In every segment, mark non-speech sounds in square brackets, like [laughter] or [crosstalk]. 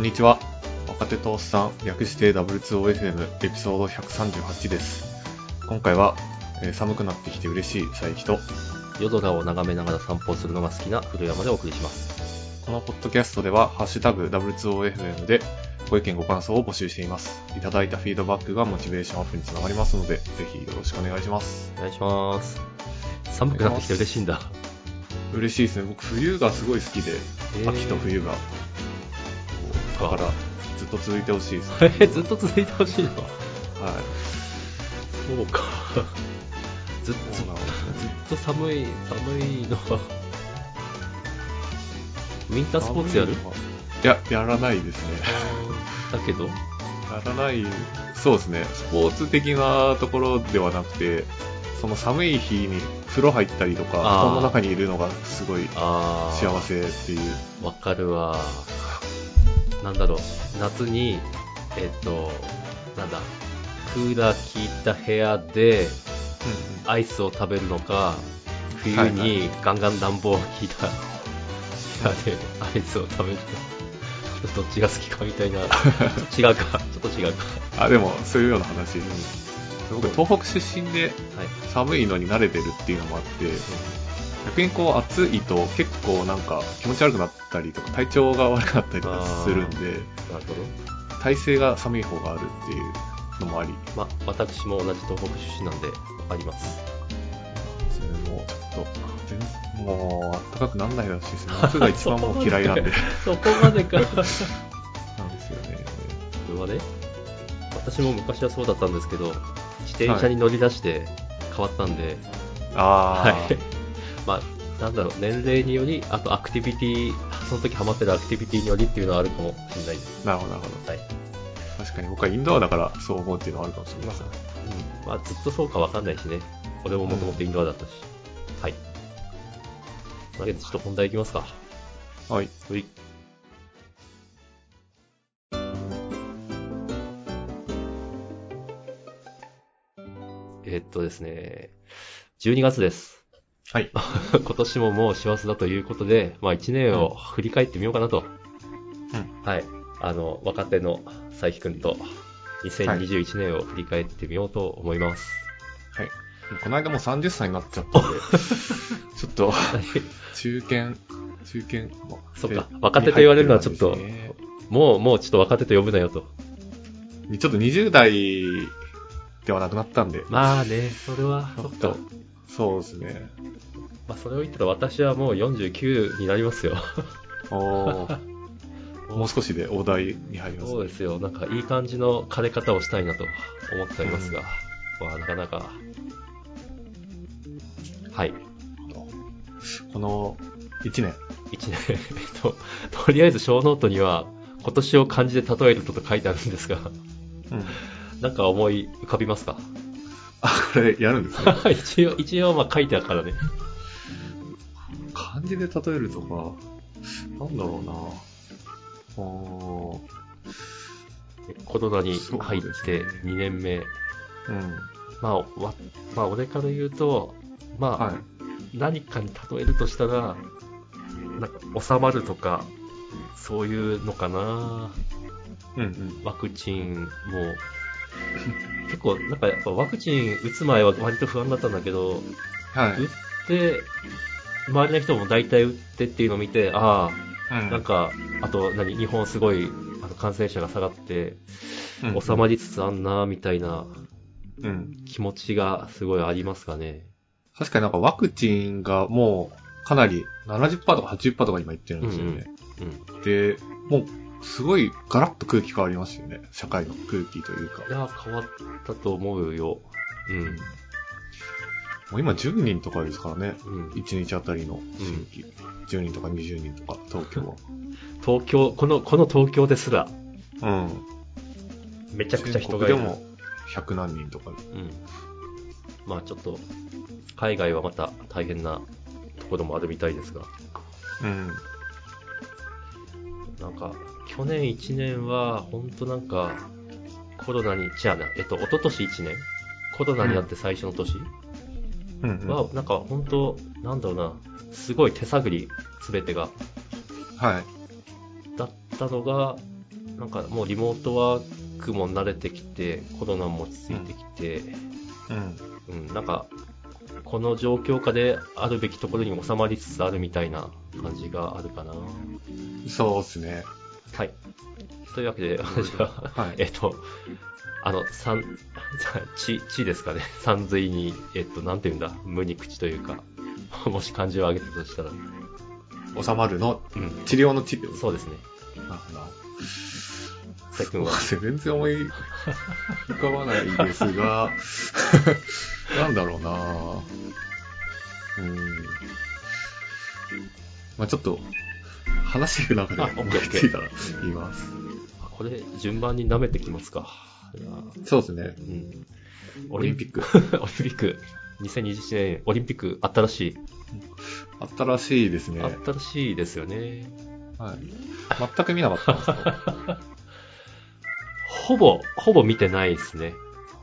にちは。若手とおっさん、略して W2OFM エピソード138です。今回は、えー寒くなってきて嬉しい佐伯と、夜空を眺めながら散歩をするのが好きな古山でお送りします。このポッドキャストでは、ハッシュタグ W2OFM でご意見ご感想を募集しています。いただいたフィードバックがモチベーションアップにつながりますので、ぜひよろしくお願いします。お願いします。寒くなってきて嬉しいんだ。嬉しいですね。僕、冬がすごい好きで、秋と冬が。だから、ずっと続いてほしいですね。えー。えーずっと続いてほしいのはい。そうか。ずっと、ずそうっなんですね。と寒い、寒いのは。ウィンタースポーツやるいや、やらないですね。だけど、やらない、そうですね。スポーツ的なところではなくて、その寒い日に風呂入ったりとか、布あー団の中にいるのがすごいあー幸せっていう。わかるわ。なんだろう、夏に、えっ、と、なんだ、クーラー効いた部屋でアイスを食べるのか、冬はいにガンガン暖房を効いた部屋でアイスを食べるのか、どっちが好きかみた [laughs] いな、ちょっと違うか、ちょっと違うか。あ、でも、そういうような話。僕、は東北出身でい。寒いのに慣れてるっていうのもあって、逆にこう暑いと結構なんか気持ち悪くなったりとか、体調が悪くなったりとかするんで、なるほど。体勢が寒い方があるっていうのもあり。ま、私も同じ東北出身なんで、わかります。それもちょっと全然、もう暖かくならないでほしいですね。夏が一番もう嫌いなんで。 [laughs] そこまでなか。んですよね。これはね私も昔はそうだったんですけど自転車に乗り出して変わったんで、はい [laughs] ああ、まあなんだろう年齢によりあとアクティビティその時ハマってるアクティビティによりっていうのはあるかもしれないです、なるほど、なるほど。はい確かに僕はインドアだからそう思うっていうのはあるかもしれません。うんまあ、ずっとそうかわかんないしね俺ももともとインドアだったし、はいだけどちょっと本題いきますかはい。はいえーっとですね、12月です。はい。今年ももう師走だということで、まあ1年を振り返ってみようかなと。んはい。あの、若手の佐伯くんと2021年を振り返ってみようと思います。この間もう30歳になっちゃったん [laughs] で、ちょっと、中堅、中堅の。そっかで若手と言われるのはちょっとに入ってるんですもう、もうちょっと若手と呼ぶなよと。ねちょっと20代ではなくなったんで、まあね、それは、ちょそっっかと。、そうですね。まあ、それを言ったら私はもう49になりますよ。おー [laughs] もう少しで大台に入りますそうですよ。なんかいい感じの枯れ方をしたいなと思っておりますが、まあ、なかなか。はい。この1年。一年、えっと、とりあえず小ノートには、今年を漢字で例えるとと書いてあるんですが、うん。なんか思い浮かびますかあ、これやるんですね。 [laughs] 一応、一応、まあ書いてあるからね。漢字で例えるとか、なんだろうなおコロナに入って2年目。ーうん。まあ、わまあ、俺から言うと、まあ、はい。何かに例えるとしたら、なんか収まるとか、そういうのかな。うんうん。ワクチンも、結構なんかやっぱワクチン打つ前は割と不安だったんだけど、はい。打って、周りの人も大体打ってっていうのを見て、あうあ、んなんか、あと何、日本すごいあの感染者が下がって、うん収まりつつあんな、みたいなうん。気持ちがすごいありますかね。確かになんかワクチンがもうかなり70%とか80%とか今言ってるんですよね。うん。で、もうすごいガラッと空気変わりますよね。社会の空気というか。いや、変わったと思うよ。うん。もう今10人とかですからね。うん、 1日あたりの新規。10人とか20人とか、東京東京このこの東京ですらは。 [laughs] うん。めちゃくちゃ全人がいる国でも100何人とかでうん、まあちょっと海外はまた大変なところもあるみたいですがうん。なんか去年1年は本当なんかコロナに違うなえっと一昨年1年コロナになって最初の年うん、うん。はは、なんか本当なんだろうなすごい手探り全てがい。だったのがなんかもうリモートワークも慣れてきて、コロナも落ち着いてきて、うん。うん、なんか、この状況下であるべきところに収まりつつあるみたいな感じがあるかな。そうですね。はい。というわけで、私は、はい [laughs] えっと、あの、三、 [laughs] ち、ちですかね。 [laughs] 三髄に、えっと、なんて言うんだ、無に口というか、 [laughs] もし漢字を上げたとしたら、う収まるの、ん、治療の治療。そうですね。なるほど。さっくんは、全然思い浮かばないですが、 [laughs] なんだろうなぁうん。まあちょっと、話していく中であ思オッケーオいッケーついたら言います。あこれ、順番に舐めてきますか。いやーそうですね。うん。オリンピック。 [laughs] ク。オリンピック。2021年、オリンピック、新しい。新しいですね。はい。新しいですよね。全く見なかったんですよ。ほぼ、ほぼ見てないですね。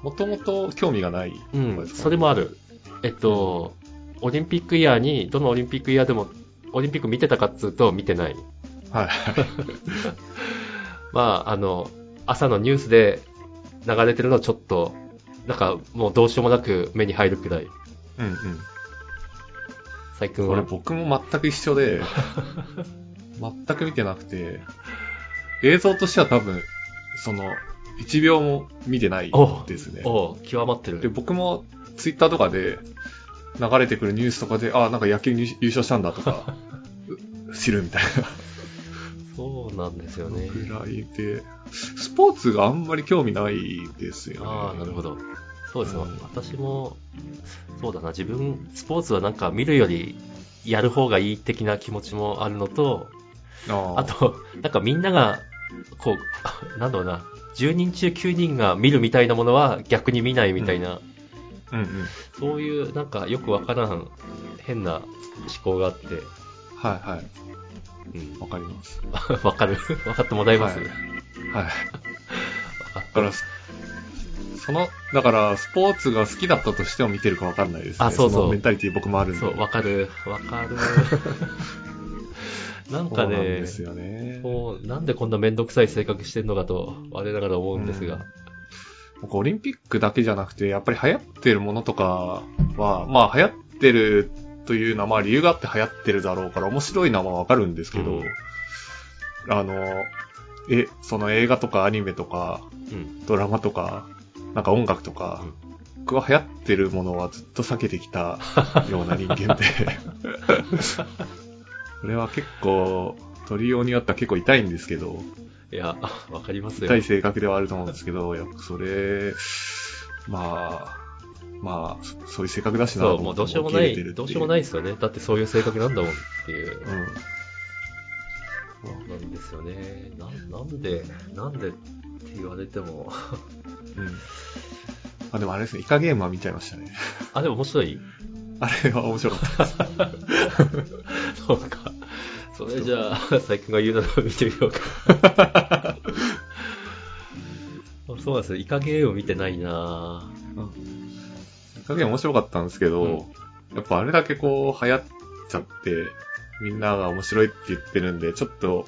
もともと興味がないとこうろん、ですかねそれもある。えっと、オリンピックイヤーに、どのオリンピックイヤーでも、オリンピック見てたかっつうと、見てない。はい。まあ、あの、朝のニュースで流れてるのはちょっと、なんかもうどうしようもなく目に入るくらい。うんうん。最近これは。僕も全く一緒 [laughs] で、全く見てなくて、映像としては多分、その、1秒も見てないですね。おう極まってで、る。僕もツイッターとかで流れてくるニュースとかで、あ、なんか野球に優勝したんだと [laughs] か、う知るみたいそうなんですよなね。ぐらいで、スポーツがあんまり興味ないですよね。ああ、なるほど。そうですね、うん私も、そうだな、自分、スポーツはなんか見るより、やる方がいい的な気持ちもあるのと、あーあと、なんかみんなが、こう、 [laughs] なんだろうな、10人中9人が見るみたいなものは逆に見ないみたいな、うんうん。そういうなんかよくわからん変な思考があって、はいはい。うん、 [laughs] わかります。わかる [laughs] わかってもらえます、はいわはい。かっだから、そその、だから、スポーツが好きだったとしても見てるかわかんないですね。あそうそうのメンタリティ僕もあるんで。そう、わかる。わか [laughs] る。なんそうなかんねで、すよね。こう、なんでこんなめんどくさい性格してんのかと、我ながら思うんですが。僕オリンピックだけじゃなくて、やっぱり流行ってるものとかは、まあ流行ってるというのは、まあ理由があって流行ってるだろうから面白いのはわかるんですけど、うんあの、え、その映画とかアニメとか、うん。ドラマとか、なんか音楽とか、僕は流行ってるものはずっと避けてきたような人間で、 [laughs] これは結構、鳥用にあったら結構痛いんですけど、いや、わかりますよ。痛い性格ではあると思うんですけど、やっぱそれ、まあ、まあ、そそういう性格だしなそう、もうどうしようもな受け入れてるってい、どうしようもないですよね。だってそういう性格なんだもんっていう。うん。なんですよね。ななんで、なんでって言われても。うん。あ、でもあれですね、イカゲームは見ちゃいましたね。あ、でも面白いあれは面白かった。 [laughs] そうか。それじゃあ、最近が言うなら見てみようか。 [laughs] そうなんですよ。イカゲーム見てないなぁイカゲーム面白かったんですけど、やっぱあれだけこう流行っちゃって、みんなが面白いって言ってるんで、ちょっと、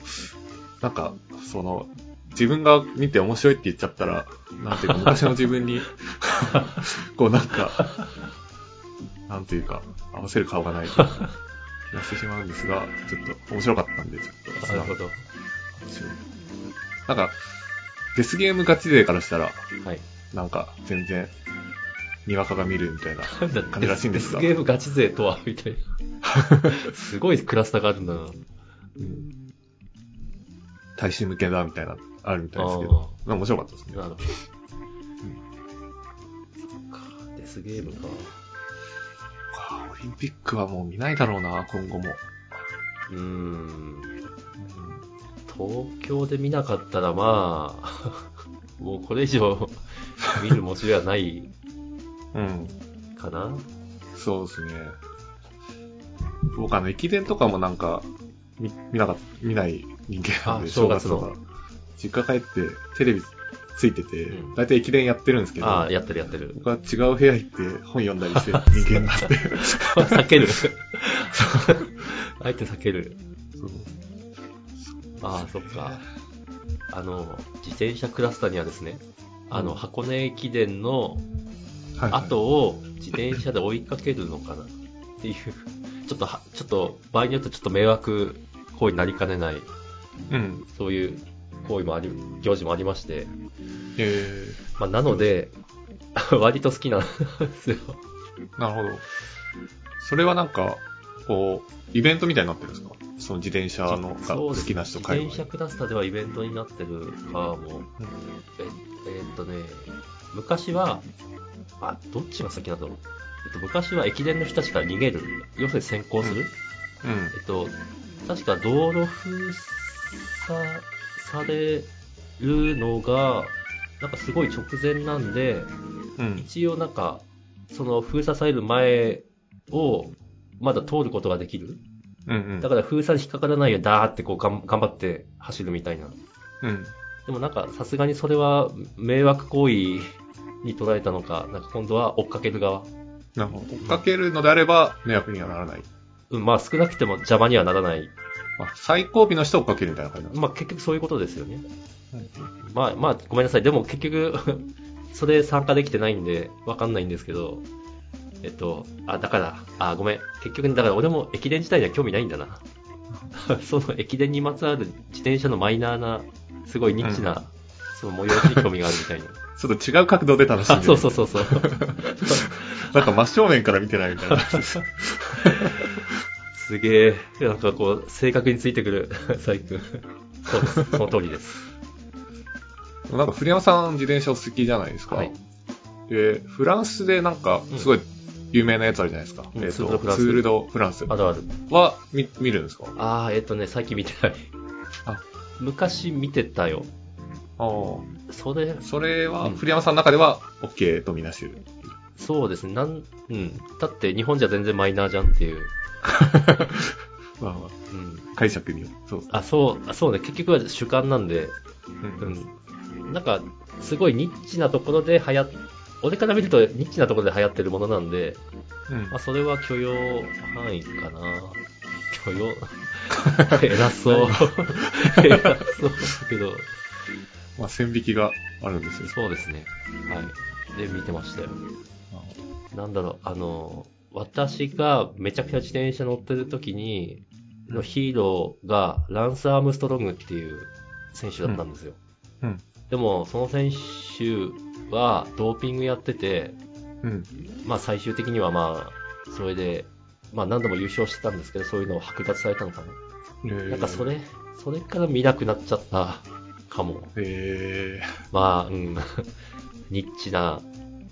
なんか、その、自分が見て面白いって言っちゃったら、なんていうか、昔の自分に、こうなんか、なんていうか、合わせる顔がない気がしてしまうんですが、ちょっと面白かったんで、ちょっと、なるほど。は面白いなんか、デスゲームガチ勢からしたら、い。なんか、全然、にわかが見るみたいな。なんだ感じらしいんですがデスゲームガチ勢とはみたいな。すごいクラスターがあるんだな。うん [laughs] 大衆向けだみたいな、あるみたいですけあど、まあ面白かったですね。なるほど。そっか、デスゲームか。オリンピックはもう見ないだろうな、今後も。うーん。東京で見なかったらまあ、 [laughs] もうこれ以上見る文字ではないうん、かな。 [laughs] そうですね。僕、あの、駅伝とかもなんか、み見なかっ見ない人間なんで、あ正月のとか。実家帰って、テレビついてて、うん大体駅伝やってるんですけど、ああ、やってるやってる。僕は違う部屋行って本読んだりしてる人間なんで、 [laughs] 避ける。 [laughs] あえて避ける。 [laughs] そうああ、そっか。あの、自転車クラスターにはですね、あの、箱根駅伝のはいはい後を自転車で追いかけるのかなっていう、ちょっとは、ちょっと、場合によってちょっと迷惑行為になりかねない、うん。そういう行為もあり、行事もありまして、えまあ、なので、 [laughs] 割と好きなんですー、よ。なるほど。それはなんか、こう、イベントみたいになってるんですかその自転車のがそう好ですきな人会自話。転車クラスターではイベントになってるかも、うんええーっとね、昔は、あ、どっちが先なんだろう。えっと、昔は駅伝の人たちから逃げる。要するに先行する。うん。えっと、確か道路封鎖されるのが、なんかすごい直前なんで、うん。一応なんか、その封鎖される前を、まだ通ることができる。うんうん。だから封鎖に引っかからないようにダーってこうがん頑張って走るみたいな。うん。でもなんかさすがにそれは迷惑行為に捉えたのか、なんか今度は追っかける側。なるほど。追っかけるのであれば迷惑にはならない。うん、まあ少なくても邪魔にはならない。あ、最後尾の人を追っかけるみたいな感じなんでまあ結局そういうことですよね。すかまあまあごめんなさい。でも結局、 [laughs] それ参加できてないんでわかんないんですけど、えっと、あ、だから、あ、ごめん。結局ね、だから俺も駅伝自体には興味ないんだな。 [laughs] その駅伝にまつわる自転車のマイナーな、すごいニッチな、その催しに興味があるみたいな。ちょっと違う角度で楽しんであ、る。そうそうそうそう。なんか真正面から見てないみたいな。 [laughs] すげえ、なんかこう、性格についてくる、 [laughs] 細君。そうです、その通りです。なんか、古山さん自転車お好きじゃないですか。はい。で、フランスでなんか、すごい有名なやつあるじゃないですか。うんえっツールドと、フランスツールドフランスあるある。は見見るんですかあー、えっ、とね、最近見て [laughs] ない。あ昔見てたよ。ああ。それ、それは、うん古山さんの中では、OK とみなして [laughs] る。そうですね、なん、うん。だって日本じゃ全然マイナーじゃんっていう。まあまうん。あ、解釈による。そうあ、そう、あそうね、結局は主観なんで、うんうん。なんか、すごいニッチなところで流行っ、俺から見るとニッチなところで流行ってるものなんで、うんまあ、それは許容範囲かな。許容 [laughs] 偉そう。 [laughs] 偉そうだけど、まあ、線引きがあるんですよ。そうですね。はい。で、見てましたよ。なんだろう、あの、私がめちゃくちゃ自転車乗ってる時に、のヒーローがランス・アームストロングっていう選手だったんですよ。うん。でも、その選手はドーピングやってて、うん。まあ最終的にはまあ、それで、まあ何度も優勝してたんですけど、そういうのを剥奪されたのかな。ななんかそ。れ、それから見なくなっちゃったかも。えまあ、うん。 [laughs] ニッチな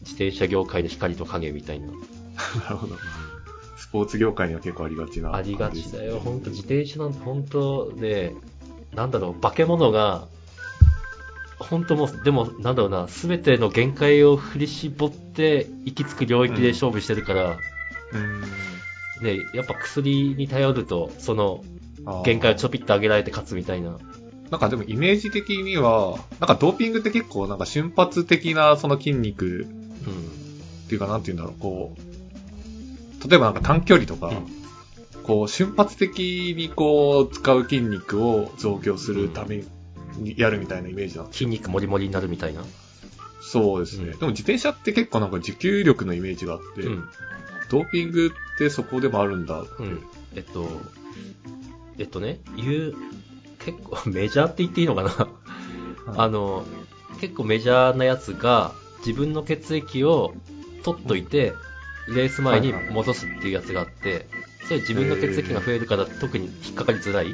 自転車業界の光と影みたいな。ー、 [laughs] なるほど。スポーツ業界には結構ありがちな感あじでりすね。がちだよ。本当自転車なんて本当ね、なんだろう、化け物が、本当もう、でも、なんだろうな、すべての限界を振り絞って行き着く領域で勝負してるから、うん。ね、やっぱ薬に頼ると、そのあー限界をちょぴっと上げられて勝つみたいな。なんかでもイメージ的には、なんかドーピングって結構なんか瞬発的なその筋肉うん。っていうかなんて言うんだろう、こう、例えばなんか短距離とか、こう瞬発的にこう使う筋肉を増強するためにやるみたいなイメージなんです筋肉もりもりになるみたいな。そうですね。うんでも自転車って結構なんか持久力のイメージがあって、うん。ドーピングってそこでもあるんだ。うん。えっと、えっとね、言う、結構メジャーって言っていいのかなあの、結構メジャーなやつが、自分の血液を取っといて、レース前に戻すっていうやつがあって、それ自分の血液が増えるから特に引っかかりづらい。うんう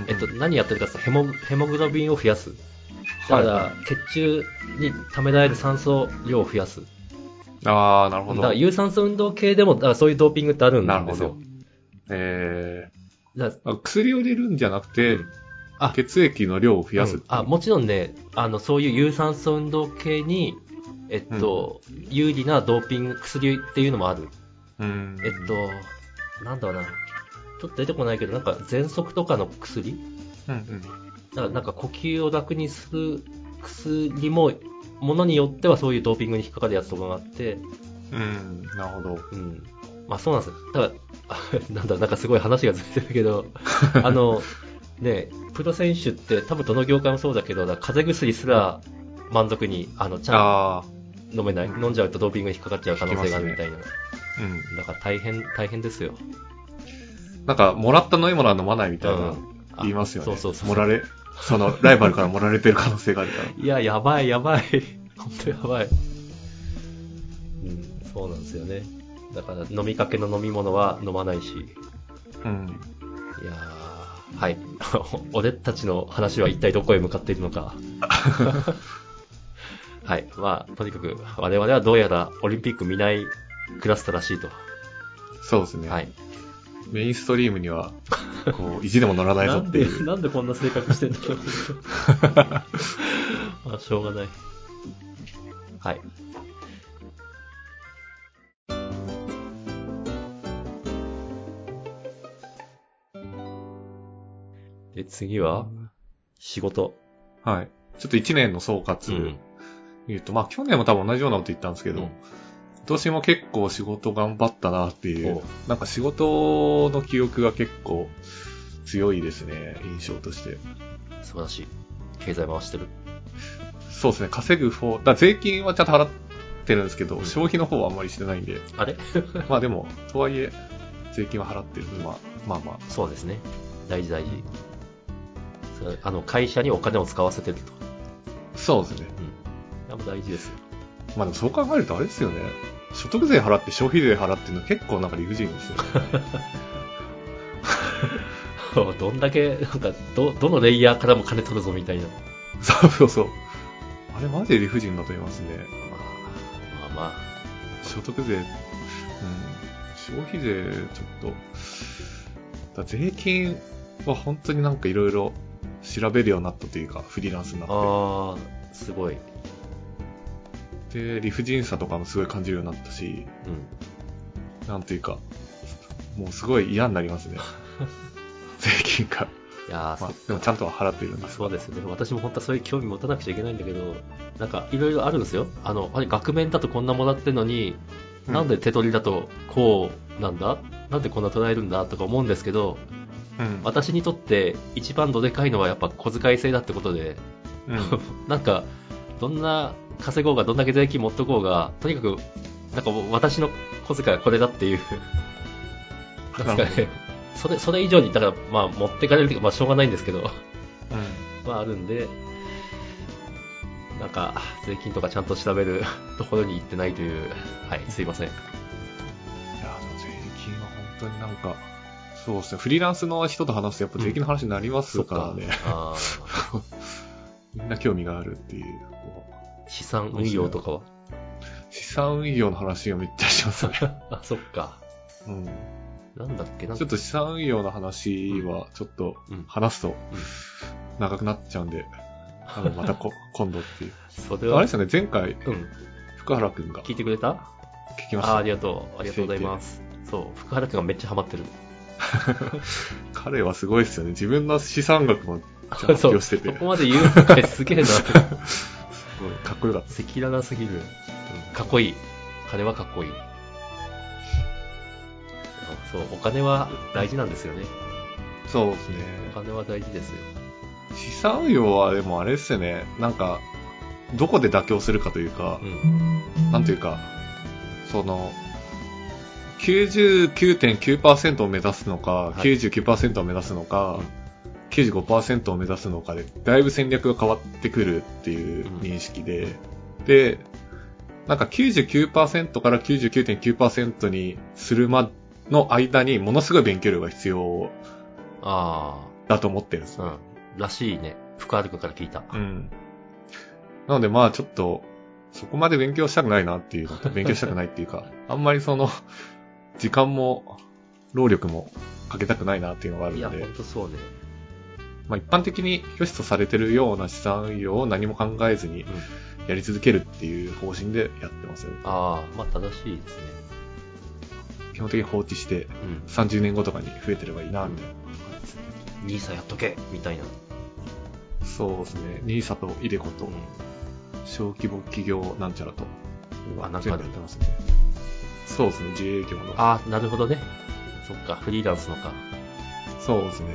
んえっと、何やってるかってヘモ、ヘモグロビンを増やす。だかはいら、血中に溜められる酸素量を増やす。ああ、なるほだど。から、有酸素運動系でも、だからそういうドーピングってあるんなるでほすよど。。えだからーあ薬を入れるんじゃなくて、あ血液の量を増やすってういんう、あもちろんねあのそういう有酸素運動系に、えっと有利なドーピング薬っていうのもある、うんえっとなんだろうなちょっと出てこないけどなんか喘息とかの薬うんうん。だからなんか呼吸を楽にする薬もものによってはそういうドーピングに引っかかるやつとかがあって、うん、なるほど。うん、まあそう [laughs] なんですよ。ただ、あなんだ、なんかすごい話がずれてるけど、あの、ね、プロ選手って多分どの業界もそうだけど、だから風邪薬すら満足に、あの、ちゃんとああ、飲めない。飲んじゃうとドーピングに引っかかっちゃう可能性があるみたいな。うだから大変、大変ですよ。ん。なんか、もらった飲み物は飲まないみたいなうん、あ言いますよね。そうそうそう盛られ、その、ライバルから盛られてる可能性があるから。いや、やばい、や [laughs] ばい。本当やばい。うん、そうなんですよね。だから、飲みかけの飲み物は飲まないし。いうん。やーはい。 [laughs] 俺たちの話は一体どこへ向かっているの [laughs] か。はい。まあ、とにかく、我々はどうやらオリンピック見ないクラスタらしいと。そうですね。はい。メインストリームには、こう、意地でも乗らないなぞっんていでう。、なんでこんな性格してんだろう。まあ、しょうがない。はい。で、次は、仕事。はい。ちょっと1年の総括、言うと、まあ、去年も多分同じようなこと言ったんですけけど、ど、今年も結構仕事頑張ったなっていおう、なんか仕事の記憶が結構強いですね、印象として。素晴らしい。経済回してる。そうですね、稼ぐ方、だ税金はちゃんと払ってるんですけど、うん消費の方はあんまりしてないんで、あれまあでも、とはいえ、税金は払ってる。まあまあまあ、そうですね。大事大事。それあの、会社にお金を使わせてると。そうですね。うん。でも大事ですよ。まあでもそう考えるとあれですよね、所得税払って消費税払ってるの結構なんか理不尽ですよね。 [laughs] [laughs] どんだけ、なんか、ど、どのレイヤーからも金取るぞみたいな。そうそうそう。あれマジで理不尽だと思いますね。まあ、まあま所得税、うん、消費税、ちょっと、だ税金は本当になんかいろいろ調べるようになったというか、フリーランスになあ、っああ、すごい。て、で、理不尽さとかもすごい感じるようになったし、うん。なんというか、もうすごい嫌になります [laughs] ね。税金が。いやー、まあそ、でもちゃんとは払っているんですそうですよね。私も本当はそういう興味持たなくちゃいけないんだけど、なんか、いろいろあるんですよ。あの、あれ、額面だとこんなもらってるのに、なんで、手取りだとこうなんだなんでこんな捉えるんだとか思うんですけど、うん。私にとって一番どでかいのはやっぱ小遣い制だってことで、うん。 [laughs] なんか、どんな稼ごうが、どんだけ税金持っとこうが、とにかく、なんかもう私の小遣いはこれ [laughs] だっていう、なんかなるほどね、それ、それ以上に、だから、まあ、持ってかれるというか、まあ、しょうがないんですけど、 [laughs] うんまあ、あるんで、なんか、税金とかちゃんと調べる [laughs] ところに行ってないという、はい、すいません。いや、でも税金は本当になんか、そうですね。フリーランスの人と話すとやっぱ税金の話になりますからね。あーみんな興味があるっていう。こう資産運用とかは資産運用の話をめっちゃしますね。 [laughs] あ、そっか。うん。なんだっけ、なんちょっ、かと資産運用の話は、ちょっとうん、話すと、長くなっちゃうんで、あの、また [laughs] こ今度っていう。そあれれはで、すよね、前回、うん、福原くんが聞い聞てくれたきましあーあた。りがとう。ありがとうございます。そう、福原くんがめっちゃハマってる。 [laughs] 彼はすごいですよね。自分の資産額もちゃんと発そう表してて、そこまで言うのかいすげえな。赤すごいかっこよかっ裸々すぎる。かっこいい。金はかっこいい。そう、お金は大事なんですよね。た。そうですね。お金は大事ですよ。資産運用はでもあれですよね、なんか、どこで妥協するかというか、うん。なんていうか、その、99.9%を目指すのか、はい99%を目指すのか、95%を目指すのかで、だいぶ戦略が変わってくるっていう認識で、で、なんか99%から99.9%にするま、の間にものすごい勉強量が必要あだと思ってるんですあ、うん。らしいね。福原くんから聞いた。うん。なのでまあちょっと、そこまで勉強したくないなっていうのと、勉強したくないっていう [laughs] か、あんまりその、時間も、労力もかけたくないなっていうのがあるいや、のほでん、とそうね。まあ一般的に良しとされてるような資産運用を何も考えずにうん、やり続けるっていう方針でやってますよね。ああ、まあ正しいですね。基本的に放置して、うん。 30年後とかに増えてればいいな、みたい兄さんやっとけみたいな。な。そうですね。NISA と iDeCo うとん、小規模企業なんちゃらと、あなんか全部やってますね。そうですね、自営業の。ああ、なるほどね。そっか、フリーランスのか。そうですね。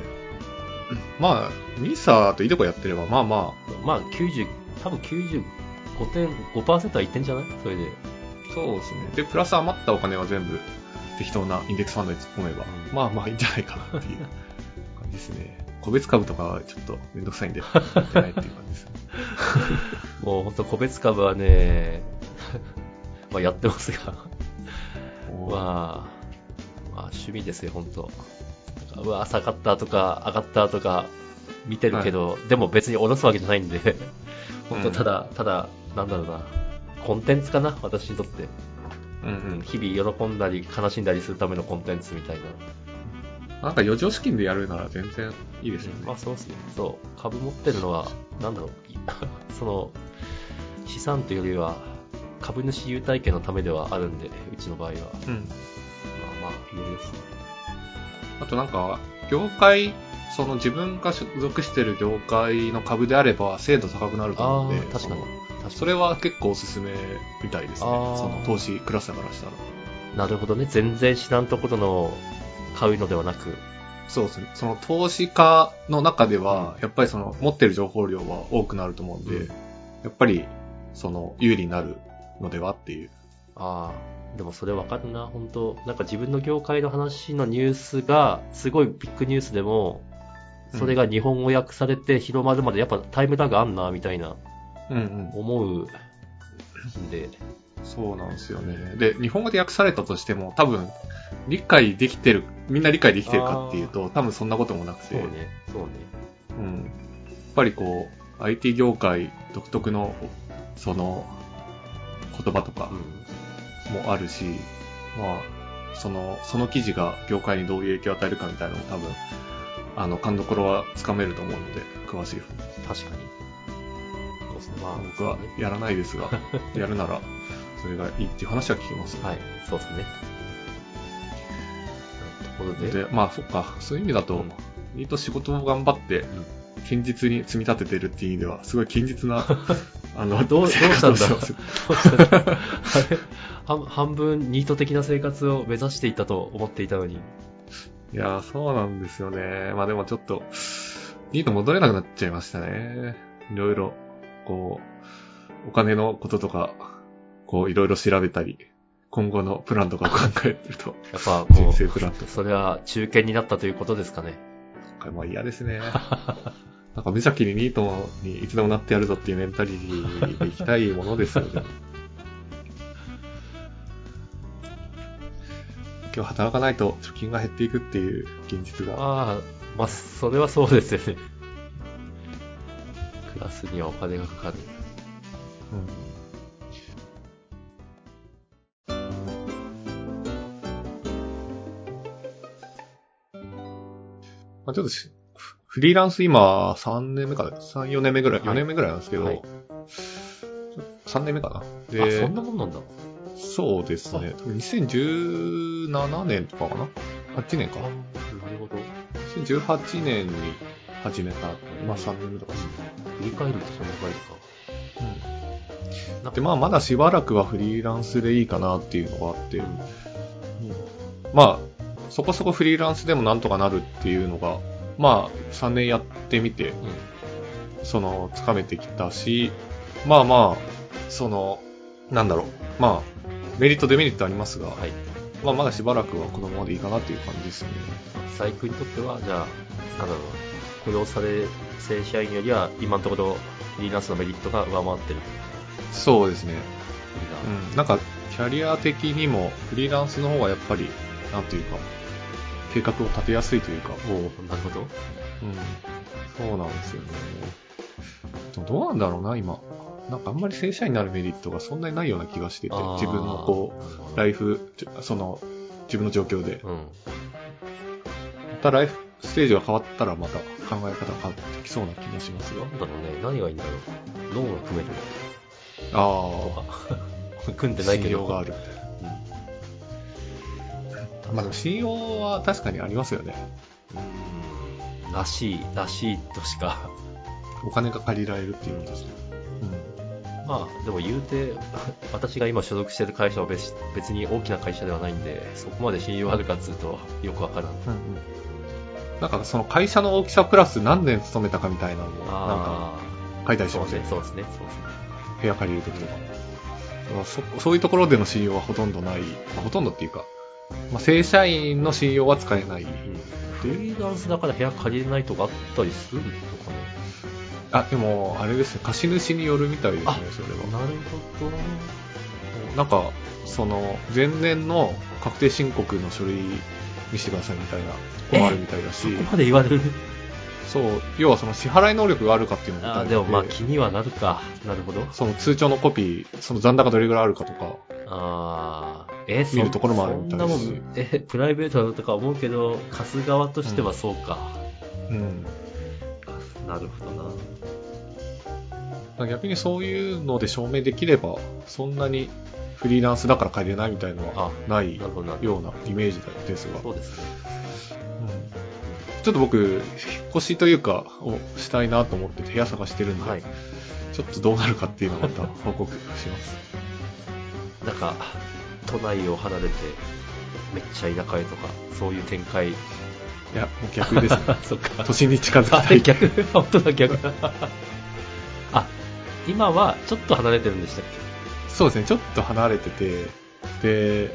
まあ、ミサといとこやってれば、まあままあ、90、多分95点、5%はいってんじゃないそれで。あ、そうですね。で、プラス余ったお金は全部適当なインデックスファンドに突っ込めば、うんまあまあいいんじゃないかなっていう [laughs] 感じですね。個別株とかはちょっとめんどくさいん [laughs] で、やってないっていう感じですね。もう本当個別株はね、 [laughs] まあやってますが、おーまあ、まあ趣味ですよ、本当なんかうわ、下がったとか、上がったとか、見てるけど、でも別に下ろすわけじゃないんで、 [laughs] 本当ただ、ただ、なんだろうな、コンテンツかな、私にとって。うんうん。日々喜んだり、悲しんだりするためのコンテンツみたいな。なんか余剰資金でやるなら全然いいですよね。まあそうですね。そう。株持ってるのは、なんだろう。 [laughs] その、資産というよりは、株主優待券のためではあるんで、うちの場合は。うん。まあまあ、いろいろですね。あとなんか、業界、その自分が所属してる業界の株であれば精度高くなるとあ思うんあで、ー、確かに。その確かにそれは結構おすすめみたいですね。あーその投資クラスだからしたら。なるほどね。全然知らんところの買うのではなく。そうですね。その投資家の中では、やっぱりその持ってる情報量は多くなると思うんで、うんやっぱりその有利になるのではっていう。ああ、でもそれわかるな、本当なんか自分の業界の話のニュースが、すごいビッグニュースでも、それが日本語訳されて広まるまで、やっぱタイムラグあんな、みたいな、うんうん。思う。で、そうなんですよね。で、日本語で訳されたとしても、多分、理解できてる、みんな理解できてるかっていうと、多分そんなこともなくて、そうね、そうね。うん。やっぱりこう、IT 業界独特の、その、言葉とかうん。もあるし、まあ、その、その記事が業界にどういう影響を与えるかみたいなのも多分、あの、勘どころはつかめると思うので、詳しい方。確かに。そうですね、まあ、僕はそうねやらないです [laughs] が、やるなら、それがいいっていう話は聞きます、はい、そうですね。ところで、で、まあ、そっか、そういう意味だと、うん割と仕事も頑張って、堅実に積み立ててるっていう意味では、すごい堅実 [laughs] な、あの、どうどうしたんだ生活をしてます [laughs] 半半分ニート的な生活を目指していたと思っていたのに。いやー、そうなんですよね。まあでもちょっと、ニート戻れなくなっちゃいましたね。いろいろ、こう、お金のこととか、こう、いろいろ調べたり、今後のプランとかを考えてると、やっぱも人う、生プランとそれは中堅になったということですかね。か、まあ嫌ですね。なんか無邪気にニートにいつでもなってやるぞっていうメンタリティーでいきたいものですよね。今日働かないと貯金が減っていくっていう現実が。ああ、まあ、それはそうですよね。 [laughs] クラスにはお金がかかる。うんまあ、ちょっとしフフリーランス今3年目かな ?3、4年目ぐらい、はい4年目ぐらいなんですけど、はい3年目かなあ、そんなもんなんだ。そうですね。多分2017年とかかな ?8 年かあ。なるほど。 2018年に始めた。まあ3年目とかですね。振り返るとそんな感じか。で、まあまだしばらくはフリーランスでいいかなっていうのがあって、うんまあ、そこそこフリーランスでもなんとかなるっていうのが、まあ3年やってみて、うんその、つかめてきたし、まあまあ、その、なんだろう、まあ、メリットデメリットありますが、はい。まあまだしばらくはこのままでいいかなっていう感じですね。細工にとっては、じゃあ、なんだろうな、雇用され、正社員よりは、今のところ、フリーランスのメリットが上回ってる。いそうですね。いなうん、なんかキャリア的にもフリーランスの方がやっぱりなんというか計画を立てやすいというか、おおなるほど。うん、そうなんですよねでもどうなんだろうな今なんかあんまり正社員になるメリットがそんなにないような気がしてて自分のこうライイフちょその自分の状況でブ。うん。またライフステージが変わったらまた考え方が変わってきそうな気がしますがなんだろうね、何がいいんだろう。ローンが組めるあとか。組んあでないけ信ど。用があるまあでも信用は確かにありますよねうん。らしい、らしいとしか。お金が借りられるっていうことですね。まあ、でも言うて、 [laughs] 私が今所属してる会社は別別に大きな会社ではないんで、そこまで信用あるかっつうと、よくわからん。うん。うんうん。なんかその会社の大きさプラス何年勤めたかみたいなのも、なんかあ書いたあ、りしそうまですよすね、ね。そうですね、そうですね。部屋借りるときとか。まあそそういうところでの信用はほとんどない。まあほとんどっていうか、まあ、正社員の信用は使えない。フリーランスだから部屋借りれないとかあったりするのかね。あ、でも、あれですね、貸主によるみたいですねあ、それは。なるほど。なんか、その、前年の確定申告の書類見せてくださいみたいな、困るみたいだそしこ、まで言われる。そう、要はその支払い能力があるかっていうのもあ大あ、事でもまあ気にはなるか。なるほど。その通帳のコピー、その残高どれぐらいあるかとか、ああ、え、そ見るところもあるみたいですそんなもん、え、プライベートだとか思うけど、貸す側としてはそうか。うん。なるほどな。逆にそういうので証明できれば、そんなにフリーランスだから借りれないみたいのはないなるほどな。ようなイメージですが、そうですね。うんちょっと僕、引っ越しというか、をしたいなと思って部屋探してるんで、はい。ちょっとどうなるかっていうのをまた報告します。なんか、都内を離れて、めっちゃ田舎へとか、そういう展開。いや、もう逆です、ね。 [laughs] そっか。都心に近づきあたれい。逆、 [laughs] 本当だ逆だ。あ、今はちょっと離れてるんでしたっそうですね、ちょっと離れてて、で、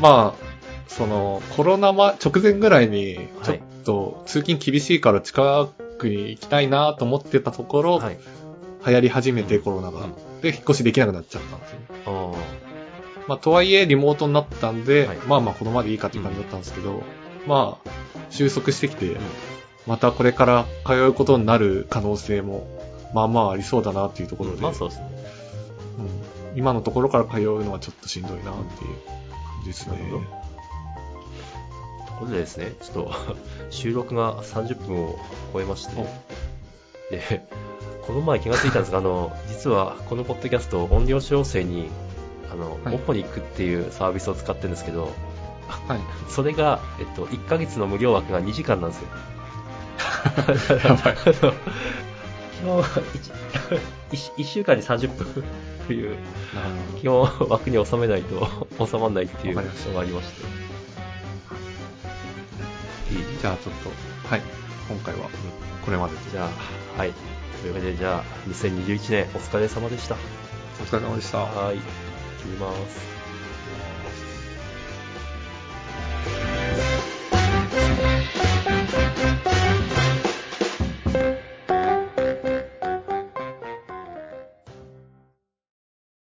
まあ、その、コロナま直前ぐらいに、ちょっと通勤厳しいから近くに行きたいなと思ってたとこけろ、はい。流行り始めてコロナが、うんで、引っ越しできなくなっちゃったんですよね。あーまあ、とはいえ、リモートになったんで、はいまあまあ、このままでいいかっていう感じだったんですけど、まあ、収束してきて、うんまたこれから通うことになる可能性も、まあまあありそうだなっていうところで、まあそうですね。うん今のところから通うのはちょっとしんどいなっていう感じですね。なるほどところでですね、ちょっと収録が30分を超えまして、で、この前気がついた [laughs] んですが、あの、実はこのポッドキャスト、音量調整に、あの、はいオフに行くっていうサービスを使ってるんですけど、はい。それが、えっと、1ヶ月の無料枠が2時間なん [laughs] ですよ。やばい。あの基本 1, 週間に30分という基本枠に収めないと収まらないっていうわかりましたのがありましていいじゃあちょっと、はい。今回は、これまでで。じゃあはいというわけでじゃあ2021年お疲れ様でしたお疲れ様でした。はい切ります